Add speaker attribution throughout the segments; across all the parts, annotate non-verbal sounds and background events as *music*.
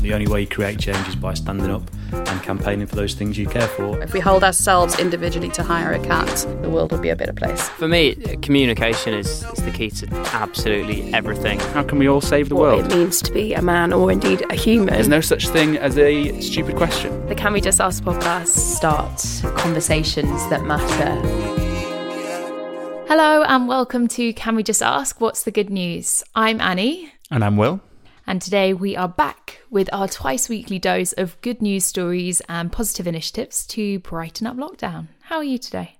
Speaker 1: The only way you create change is by standing up and campaigning for those things you care for.
Speaker 2: If we hold ourselves individually to hire a cat, the world will be a better place.
Speaker 3: For me, communication is, is the key to absolutely everything.
Speaker 4: How can we all save the
Speaker 5: what
Speaker 4: world?
Speaker 5: it means to be a man or indeed a human.
Speaker 4: There's no such thing as a stupid question.
Speaker 5: the Can We Just Ask podcast.
Speaker 6: start conversations that matter. Hello, and welcome to Can We Just Ask What's the Good News? I'm Annie,
Speaker 4: And I'm Will.
Speaker 6: and today we are back with our twice weekly dose of good news stories and positive initiatives to brighten up lockdown. How are you today?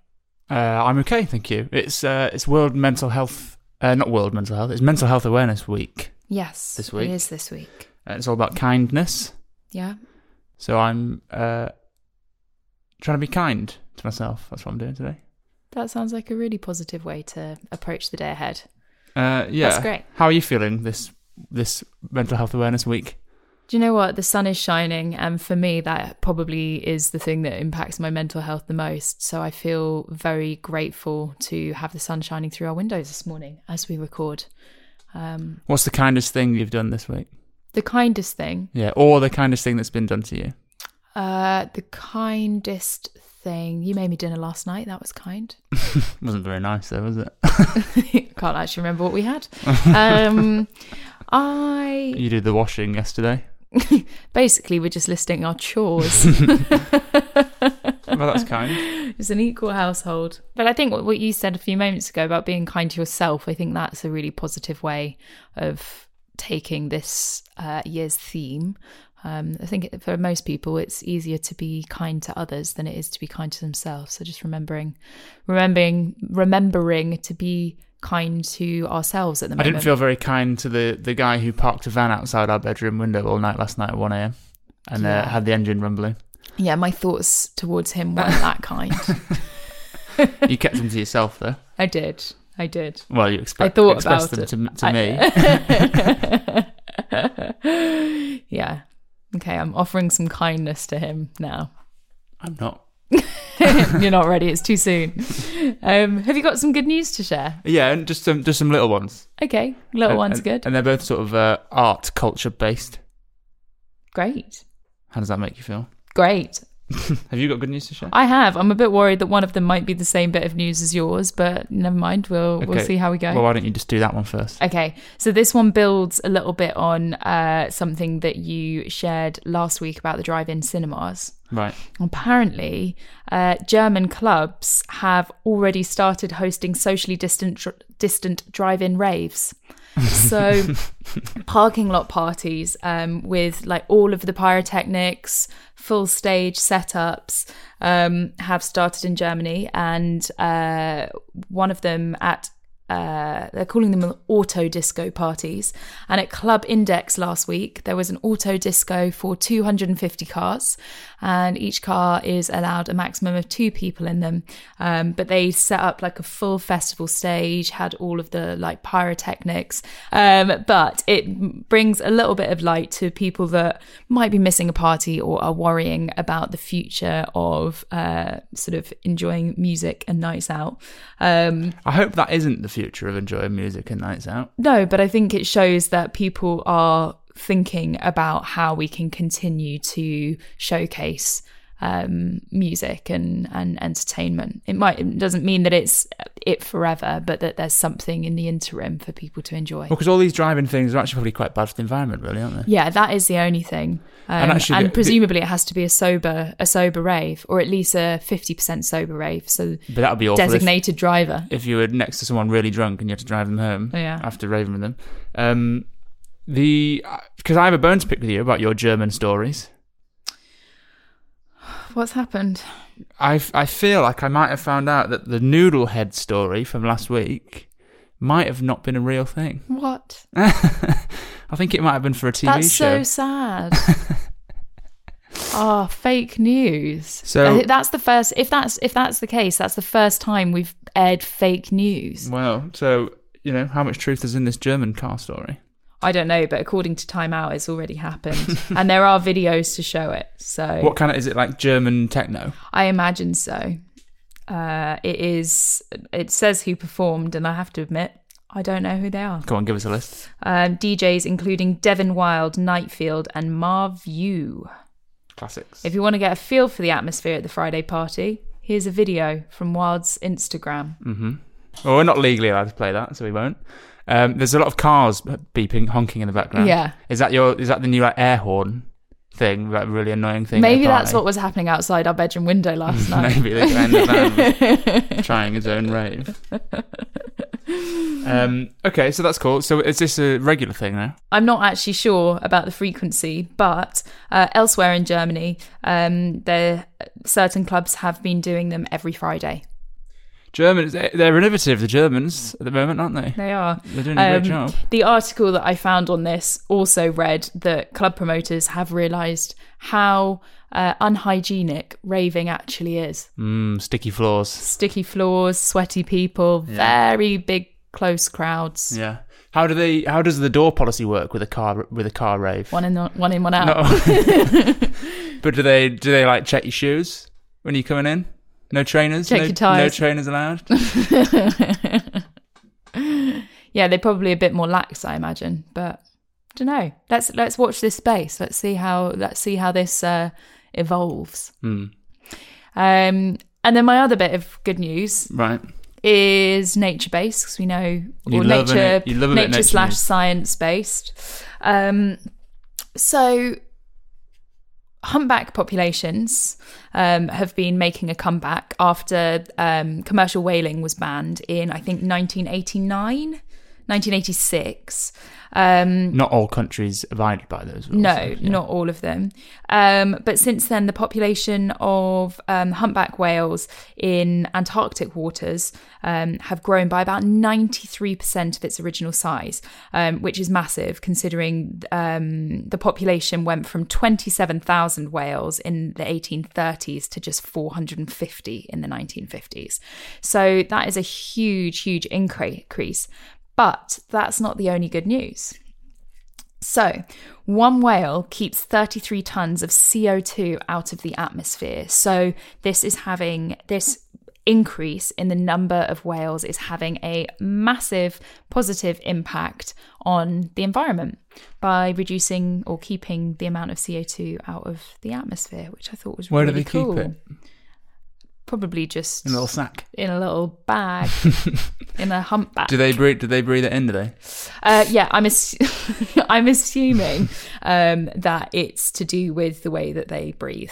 Speaker 4: Uh, I'm okay, thank you. It's uh, it's World Mental Health, uh, not World Mental Health. It's Mental Health Awareness Week.
Speaker 6: Yes.
Speaker 4: This week?
Speaker 6: It is this week.
Speaker 4: Uh, it's all about kindness.
Speaker 6: Yeah.
Speaker 4: So I'm uh, trying to be kind to myself. That's what I'm doing today.
Speaker 6: That sounds like a really positive way to approach the day ahead.
Speaker 4: Uh, yeah,
Speaker 6: That's great.
Speaker 4: How are you feeling this this Mental Health Awareness Week?
Speaker 6: Do you know what? The sun is shining, and for me, that probably is the thing that impacts my mental health the most. So I feel very grateful to have the sun shining through our windows this morning as we record. Um,
Speaker 4: What's the kindest thing you've done this week?
Speaker 6: the kindest thing,
Speaker 4: Yeah, or the kindest thing that's been done to you?
Speaker 6: uh, the kindest thing. You made me dinner last night. That was kind. *laughs*
Speaker 4: Wasn't very nice, though, was it?
Speaker 6: Can't actually remember what we had. Um, I
Speaker 4: you did the washing yesterday.
Speaker 6: basically we're just listing our chores.
Speaker 4: Well, that's kind.
Speaker 6: It's an equal household. But I think what, what you said a few moments ago about being kind to yourself, I think that's a really positive way of taking this uh, year's theme. Um, I think for most people, it's easier to be kind to others than it is to be kind to themselves. So just remembering, remembering, remembering to be kind to ourselves at the
Speaker 4: I
Speaker 6: moment.
Speaker 4: didn't feel very kind to the, the guy who parked a van outside our bedroom window all night last night at 1 a.m. and uh,
Speaker 6: Yeah.
Speaker 4: had the engine rumbling.
Speaker 6: yeah, my thoughts towards him weren't
Speaker 4: *laughs*
Speaker 6: that kind. *laughs*
Speaker 4: You kept them to yourself, though.
Speaker 6: I did. I did.
Speaker 4: Well, you
Speaker 6: I
Speaker 4: expect,
Speaker 6: thought
Speaker 4: expressed
Speaker 6: about
Speaker 4: them to, to
Speaker 6: I-
Speaker 4: me.
Speaker 6: *laughs* *laughs* yeah. Okay, I'm offering some kindness to him now. *laughs*
Speaker 4: I'm not.
Speaker 6: You're not ready. It's too soon. Um, have you got some good news to share?
Speaker 4: Yeah, and just some, just some little ones.
Speaker 6: Okay, little
Speaker 4: and,
Speaker 6: one's
Speaker 4: and-
Speaker 6: good.
Speaker 4: And they're both sort of uh, art culture based.
Speaker 6: Great,
Speaker 4: How does that make you feel?
Speaker 6: great.
Speaker 4: Have you got good news to share?
Speaker 6: I have. I'm a bit worried that one of them might be the same bit of news as yours, but never mind. We'll we'll
Speaker 4: Okay.
Speaker 6: see how we go.
Speaker 4: Well, why don't you just do that one first?
Speaker 6: Okay, so this one builds a little bit on uh, something that you shared last week about the drive-in cinemas.
Speaker 4: Right.
Speaker 6: Apparently, uh, German clubs have already started hosting socially distant distant drive-in raves. So, parking lot parties um, with like all of the pyrotechnics, full stage setups um, have started in Germany, and uh, one of them at uh, they're calling them auto disco parties. And at Club Index last week, there was an auto disco for 250 cars, and each car is allowed a maximum of two people in them. Um, but they set up like a full festival stage, had all of the like pyrotechnics. Um, but it brings a little bit of light to people that might be missing a party or are worrying about the future of uh, sort of enjoying music and nights out. Um,
Speaker 4: I hope that isn't the future of enjoying music and nights out.
Speaker 6: no, but I think it shows that people are thinking about how we can continue to showcase um, music and, and entertainment. It might it doesn't mean that it's it forever, but that there's something in the interim for people to enjoy.
Speaker 4: Well, because all these driving things are actually probably quite bad for the environment, really, aren't they?
Speaker 6: Yeah, that is the only thing, um,
Speaker 4: And
Speaker 6: and,
Speaker 4: actually the- the-
Speaker 6: presumably it has to be a sober a sober rave, or at least a fifty percent sober rave. So
Speaker 4: But that would be awful. if-
Speaker 6: designated driver.
Speaker 4: if you were next to someone really drunk and you had to drive them home
Speaker 6: Yeah.
Speaker 4: after raving with them. Um, the because I have a bone to pick with you about your German stories.
Speaker 6: What's happened?
Speaker 4: I I feel like I might have found out that the noodle head story from last week might have not been a real thing.
Speaker 6: What?
Speaker 4: I think it might have been for a TV
Speaker 6: That's
Speaker 4: show. *laughs*
Speaker 6: so sad. Ah, fake news.
Speaker 4: So-
Speaker 6: I think that's the first. If that's if that's the case, that's the first time we've aired fake news.
Speaker 4: well, so you know how much truth is in this German car story.
Speaker 6: I don't know, but according to Time Out, it's already happened, *laughs* and there are videos to show it. So
Speaker 4: What kind of is it like German techno?
Speaker 6: I imagine so. Uh, it is. It says who performed, and I have to admit, I don't know who they are.
Speaker 4: Come on, give us a list.
Speaker 6: Um, DJs including Devin Wild, Nightfield, and Marv Yu.
Speaker 4: Classics.
Speaker 6: If you want to get a feel for the atmosphere at the Friday party, here's a video from Wild's Instagram.
Speaker 4: Well, we're not legally allowed to play that, so we won't. Um, there's a lot of cars beeping, honking in the background.
Speaker 6: Yeah.
Speaker 4: Is that your? Is that the new like air horn thing? That really annoying thing. at a
Speaker 6: Maybe that's
Speaker 4: party?
Speaker 6: what was happening outside our bedroom
Speaker 4: *laughs*
Speaker 6: window last night.
Speaker 4: Maybe the Grand Van
Speaker 6: *laughs*
Speaker 4: was trying his own rave. Um, okay, so that's cool. So is this a regular thing now?
Speaker 6: I'm not actually sure about the frequency, but uh, elsewhere in Germany, um, there certain clubs have been doing them every Friday.
Speaker 4: Germans, they're innovative, the Germans, at the moment, aren't they?
Speaker 6: They are. Um,
Speaker 4: They're doing a great job.
Speaker 6: The article that I found on this also read that club promoters have realised how uh, unhygienic raving actually is.
Speaker 4: Mm, sticky floors.
Speaker 6: Sticky floors, sweaty people, very big close crowds.
Speaker 4: Yeah. How do they? How does the door policy work with a car with a car rave? *laughs*
Speaker 6: One in, one in, one out.
Speaker 4: But do they do they like check your shoes when you're coming in? No trainers.
Speaker 6: Check
Speaker 4: no,
Speaker 6: your tyres.
Speaker 4: No trainers allowed.
Speaker 6: Yeah, they're probably a bit more lax, I imagine. But don't know. Let's let's watch this space. Let's see how let's see how this uh, evolves. Um, and then my other bit of good news
Speaker 4: right.
Speaker 6: is nature based because we know
Speaker 4: You
Speaker 6: or
Speaker 4: love a
Speaker 6: nature
Speaker 4: na- you love a bit of
Speaker 6: nature,
Speaker 4: nature
Speaker 6: slash
Speaker 4: news.
Speaker 6: science based. Um, so humpback populations um, have been making a comeback after um, commercial whaling was banned in I think 1989. 1986. Um,
Speaker 4: Not all countries abide by those. Rules,
Speaker 6: no,
Speaker 4: so, yeah.
Speaker 6: not all of them. Um, but since then, the population of um, humpback whales in Antarctic waters um, have grown by about 93% of its original size, um, which is massive considering um, the population went from 27,000 whales in the 1830s to just 450 in the 1950s. So that is a huge, huge increase. But that's not the only good news. So, one whale keeps 33 tons of CO2 out of the atmosphere. So, this is having this increase in the number of whales is having a massive positive impact on the environment by reducing or keeping the amount of CO2 out of the atmosphere, which I thought was
Speaker 4: Where
Speaker 6: really
Speaker 4: do they
Speaker 6: cool.
Speaker 4: keep it?
Speaker 6: Probably just
Speaker 4: In a little sack.
Speaker 6: in a little
Speaker 4: *laughs*
Speaker 6: bag, in a humpback.
Speaker 4: Do they breathe? Do they breathe it in? Do they?
Speaker 6: Uh, yeah, I'm ass- *laughs* I'm assuming um, that it's to do with the way that they breathe,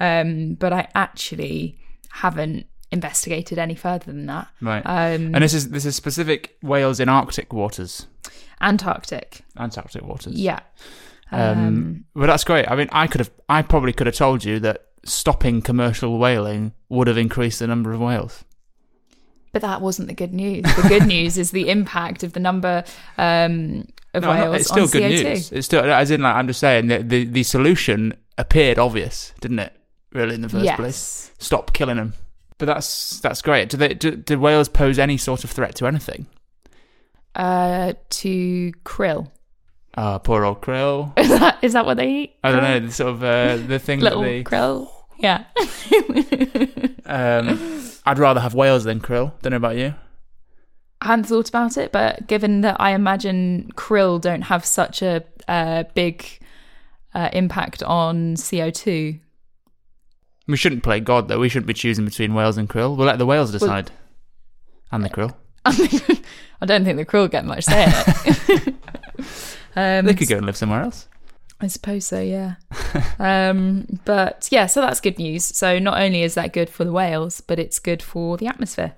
Speaker 6: um, but I actually haven't investigated any further than that.
Speaker 4: Right.
Speaker 6: Um,
Speaker 4: and this is this is specific whales in Arctic waters,
Speaker 6: Antarctic.
Speaker 4: Antarctic waters.
Speaker 6: Yeah.
Speaker 4: Um, but that's great. I mean, I could have, I probably could have told you that stopping commercial whaling would have increased the number of whales.
Speaker 6: But that wasn't the good news. The good news is the impact of the number um, of
Speaker 4: I'm
Speaker 6: whales
Speaker 4: not- it's still
Speaker 6: on
Speaker 4: good
Speaker 6: CO2.
Speaker 4: news. It's still, as in, like, I'm just saying that the, the solution appeared obvious, didn't it? Really, in the first
Speaker 6: yes.
Speaker 4: place, stop killing them. But that's that's great. Do they do, do whales pose any sort of threat to anything?
Speaker 6: Uh, to krill. *laughs*
Speaker 4: Ah, poor old krill.
Speaker 6: Is that is that what they eat?
Speaker 4: I don't know. The sort of uh, *laughs* the thing that
Speaker 6: Little
Speaker 4: they.
Speaker 6: krill. Yeah.
Speaker 4: *laughs* Um, I'd rather have whales than krill. Don't know about you.
Speaker 6: I hadn't thought about it, but given that I imagine krill don't have such a uh, big uh, impact on CO2,
Speaker 4: We shouldn't play God though. We shouldn't be choosing between whales and krill. We'll let the whales decide, and the krill.
Speaker 6: *laughs* I don't think the krill get much say in it. um,
Speaker 4: They could go and live somewhere else.
Speaker 6: I suppose so, yeah. um, but yeah, so that's good news. So not only is that good for the whales, but it's good for the atmosphere.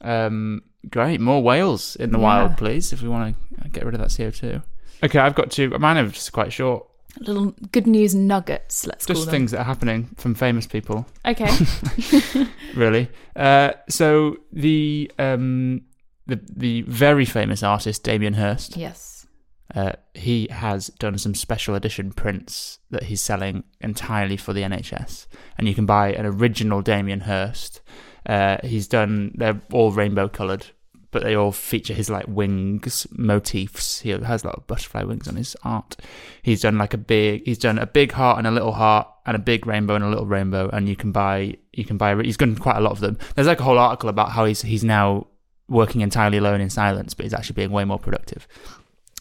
Speaker 4: Um, great, more whales in the
Speaker 6: Yeah.
Speaker 4: wild, please, if we want to get rid of that CO two. Okay, I've got two. Mine are just quite short.
Speaker 6: Little good news nuggets, let's
Speaker 4: Just
Speaker 6: call them.
Speaker 4: things that are happening from famous people,
Speaker 6: Okay.
Speaker 4: really. Uh, so the um, the the very famous artist Damien Hirst.
Speaker 6: yes.
Speaker 4: Uh, he has done some special edition prints that he's selling entirely for the NHS, and you can buy an original Damien Hirst. Uh, he's done; they're all rainbow coloured, but they all feature his like wings motifs. He has a lot of butterfly wings on his art. He's done like a big, he's done a big heart and a little heart, and a big rainbow and a little rainbow, and you can buy, you can buy. He's done quite a lot of them. There's like a whole article about how he's he's now working entirely alone in silence, but he's actually being way more productive.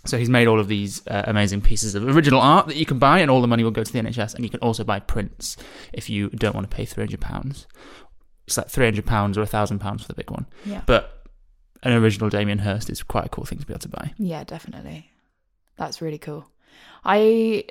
Speaker 4: So he's made all of these uh, amazing pieces of original art that you can buy, and all the money will go to the NHS. And you can also buy prints if you don't want to pay three hundred pounds. It's like three hundred pounds or thousand pounds for the big one.
Speaker 6: Yeah.
Speaker 4: But an original Damien Hirst is quite a cool thing to be able to buy.
Speaker 6: Yeah, definitely. That's really cool. I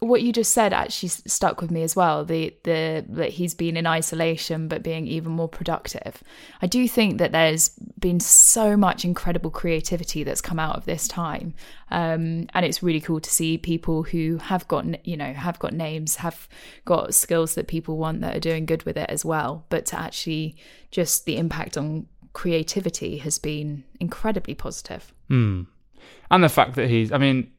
Speaker 6: what you just said actually s- stuck with me as well. The the that he's been in isolation but being even more productive. I do think that there's been so much incredible creativity that's come out of this time, um, and it's really cool to see people who have got n- you know have got names, have got skills that people want that are doing good with it as well. But to actually just the impact on creativity has been incredibly positive.
Speaker 4: Hmm. And the fact that he's, I mean,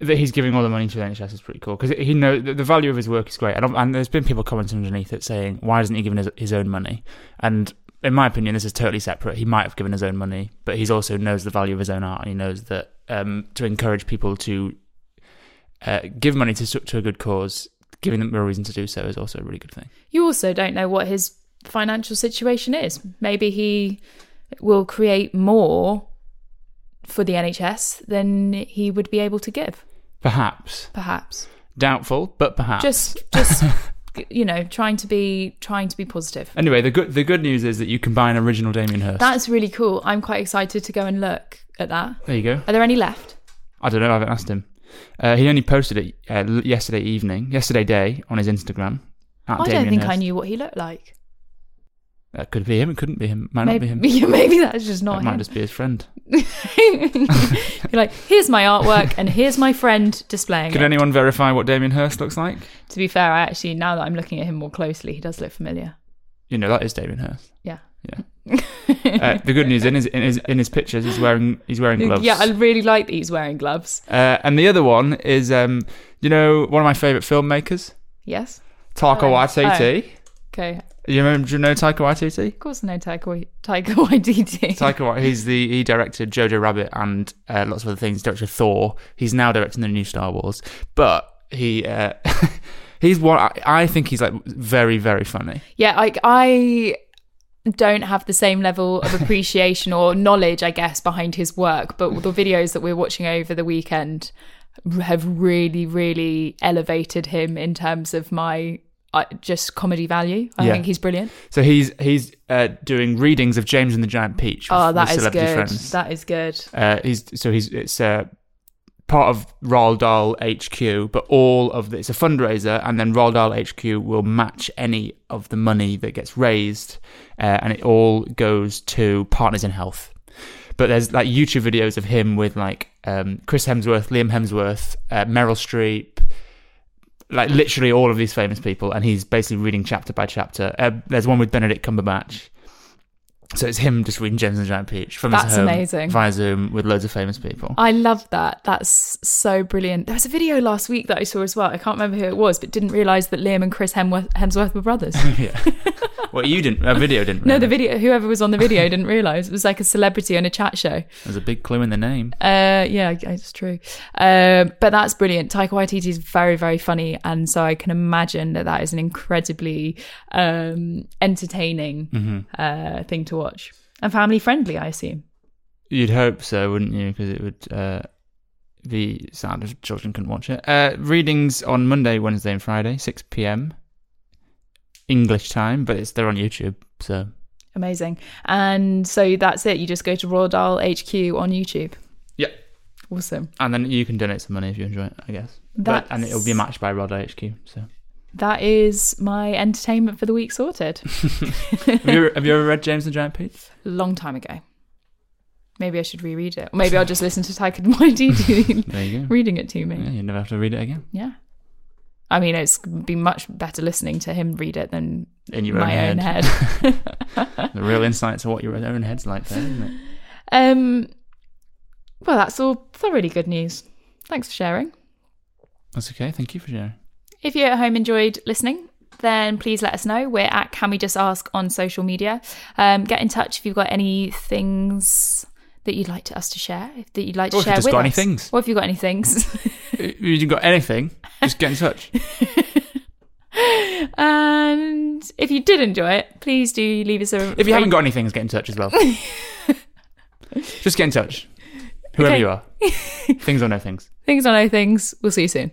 Speaker 4: that he's giving all the money to the NHS is pretty cool because he know the, the value of his work is great. And, I'm- and there's been people commenting underneath it saying, why isn't he giving his, his own money? And in my opinion, this is totally separate. He might have given his own money, but he's also knows the value of his own art and he knows that um, to encourage people to uh, give money to, su- to a good cause, giving them a reason to do so is also a really good thing.
Speaker 6: you also don't know what his financial situation is. Maybe he will create more for the NHS than he would be able to give,
Speaker 4: Perhaps.
Speaker 6: perhaps.
Speaker 4: Doubtful, but perhaps.
Speaker 6: Just just you know, trying to be trying to be positive.
Speaker 4: Anyway, the good the good news is that you can buy an original Damien Hirst.
Speaker 6: That's really cool. I'm quite excited to go and look at that.
Speaker 4: there you go.
Speaker 6: Are there any left?
Speaker 4: I don't know. I haven't asked him. Uh, he only posted it uh, l- yesterday evening, yesterday day on his Instagram. at
Speaker 6: I
Speaker 4: Damien
Speaker 6: don't think I
Speaker 4: Hirst.
Speaker 6: knew what he looked like.
Speaker 4: That could be him. It couldn't be him. Might
Speaker 6: maybe,
Speaker 4: not be him.
Speaker 6: *laughs* yeah, maybe that's just not
Speaker 4: it might
Speaker 6: him. *laughs*
Speaker 4: just be his friend.
Speaker 6: Be like, here's my artwork and here's my friend displaying
Speaker 4: Could
Speaker 6: it.
Speaker 4: anyone verify what Damien Hirst looks like?
Speaker 6: To be fair, I actually now that I'm looking at him more closely, he does look familiar.
Speaker 4: You know that is Damien Hirst.
Speaker 6: Yeah.
Speaker 4: Yeah.
Speaker 6: *laughs*
Speaker 4: Uh, the good news in his in his in his pictures, he's wearing he's wearing gloves.
Speaker 6: Yeah, I really like that he's wearing gloves.
Speaker 4: Uh, and the other one is um, you know, one of my favorite filmmakers,
Speaker 6: Yes.
Speaker 4: Taika
Speaker 6: Oh.
Speaker 4: Waititi.
Speaker 6: Okay.
Speaker 4: You remember? Do you know Taika Waititi?
Speaker 6: Of course, no Taika Wai- Taika *laughs* Waititi.
Speaker 4: Taika Wai- he's the he directed Jojo Rabbit and uh, lots of other things. Directed Thor. He's now directing the new Star Wars, but he uh, *laughs* he's one. I, I think he's like very very funny.
Speaker 6: yeah, I, I don't have the same level of appreciation or knowledge, I guess, behind his work. But the videos that we're watching over the weekend have really, really elevated him in terms of my uh, just comedy value. I
Speaker 4: Yeah.
Speaker 6: think he's brilliant.
Speaker 4: So he's he's uh, doing readings of James and the Giant Peach. With,
Speaker 6: Oh, that
Speaker 4: with
Speaker 6: is
Speaker 4: celebrity
Speaker 6: good.
Speaker 4: Friends.
Speaker 6: That is good.
Speaker 4: uh, he's so he's it's uh, part of Roald Dahl HQ, but all of the, it's a fundraiser, and then Roald Dahl HQ will match any of the money that gets raised, uh, and it all goes to Partners in Health. But there's like YouTube videos of him with like um, Chris Hemsworth, Liam Hemsworth, uh, Meryl Streep, like literally all of these famous people, and he's basically reading chapter by chapter. Uh, there's one with Benedict Cumberbatch. So it's him just reading James and the Giant Peach from his
Speaker 6: That's
Speaker 4: home
Speaker 6: amazing.
Speaker 4: via Zoom with loads of famous people.
Speaker 6: I love that. That's so brilliant. There was a video last week that I saw as well. I can't remember who it was, but didn't realize that Liam and Chris Hemworth, Hemsworth were brothers.
Speaker 4: yeah. *laughs* Well, you didn't. A video didn't.
Speaker 6: *laughs* no, the
Speaker 4: really.
Speaker 6: video. Whoever was on the video didn't realize it was like a celebrity on a chat show.
Speaker 4: There's a big clue in the name.
Speaker 6: Uh, yeah, I- it's true. Um, but that's brilliant. Taika Waititi is very, very funny, and so I can imagine that that is an incredibly um, entertaining
Speaker 4: Mm-hmm.
Speaker 6: uh, thing to watch and family friendly. I assume.
Speaker 4: You'd hope so, wouldn't you? Because it would uh, be sad if children couldn't watch it. Uh, readings on Monday, Wednesday, and Friday, 6 p.m. English time, but it's they're on YouTube. So
Speaker 6: Amazing. And so that's it. You just go to Royal Dahl HQ on YouTube.
Speaker 4: yeah,
Speaker 6: Awesome.
Speaker 4: and then you can donate some money if you enjoy it, I guess. But, and
Speaker 6: That's-
Speaker 4: it'll be matched by Rod HQ.
Speaker 6: *laughs*
Speaker 4: So
Speaker 6: That is my entertainment for the week sorted.
Speaker 4: have you, have you ever read James and the Giant Peach?
Speaker 6: Long time ago. Maybe I should reread it. Or maybe I'll just listen to Taika *laughs* Waititi *laughs*
Speaker 4: There you go.
Speaker 6: reading it to
Speaker 4: Yeah,
Speaker 6: me.
Speaker 4: you never have to read it again
Speaker 6: Yeah. I mean, it's be much better listening to him read it than
Speaker 4: in your
Speaker 6: my
Speaker 4: own,
Speaker 6: own head.
Speaker 4: *laughs* the real insights of what your own head's like, there, isn't it?
Speaker 6: *laughs* um, well, that's all thoroughly good news. Thanks for sharing.
Speaker 4: That's okay. Thank you for sharing.
Speaker 6: If you at home enjoyed listening, then please let us know. We're at Can We Just Ask on social media. Um, get in touch if you've got any things that you'd like to us to share, if, that you'd like to
Speaker 4: Or if you've
Speaker 6: share
Speaker 4: just
Speaker 6: with
Speaker 4: got
Speaker 6: us.
Speaker 4: any things.
Speaker 6: Or if you've got any things. *laughs*
Speaker 4: If you've got anything, just get in touch.
Speaker 6: and And if you did enjoy it, please do leave us a.
Speaker 4: If you haven't got any things, get in touch as well. Just get in touch. Whoever
Speaker 6: Okay.
Speaker 4: you are. things or no things.
Speaker 6: things on no things, we'll see you soon.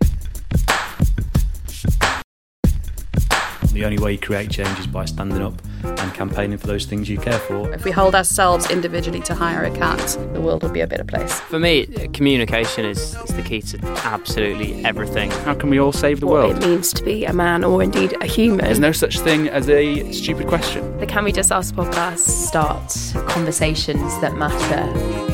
Speaker 1: The only way you create change is by standing up and campaigning for those things you care for.
Speaker 2: If we hold ourselves individually to higher accounts, the world will be a better place.
Speaker 3: For me, communication is, is the key to absolutely everything.
Speaker 4: How can we all save the
Speaker 5: What it means to be a man or indeed a human.
Speaker 4: no such thing as a stupid question.
Speaker 5: The Can We Just Ask podcast.
Speaker 7: start conversations that matter.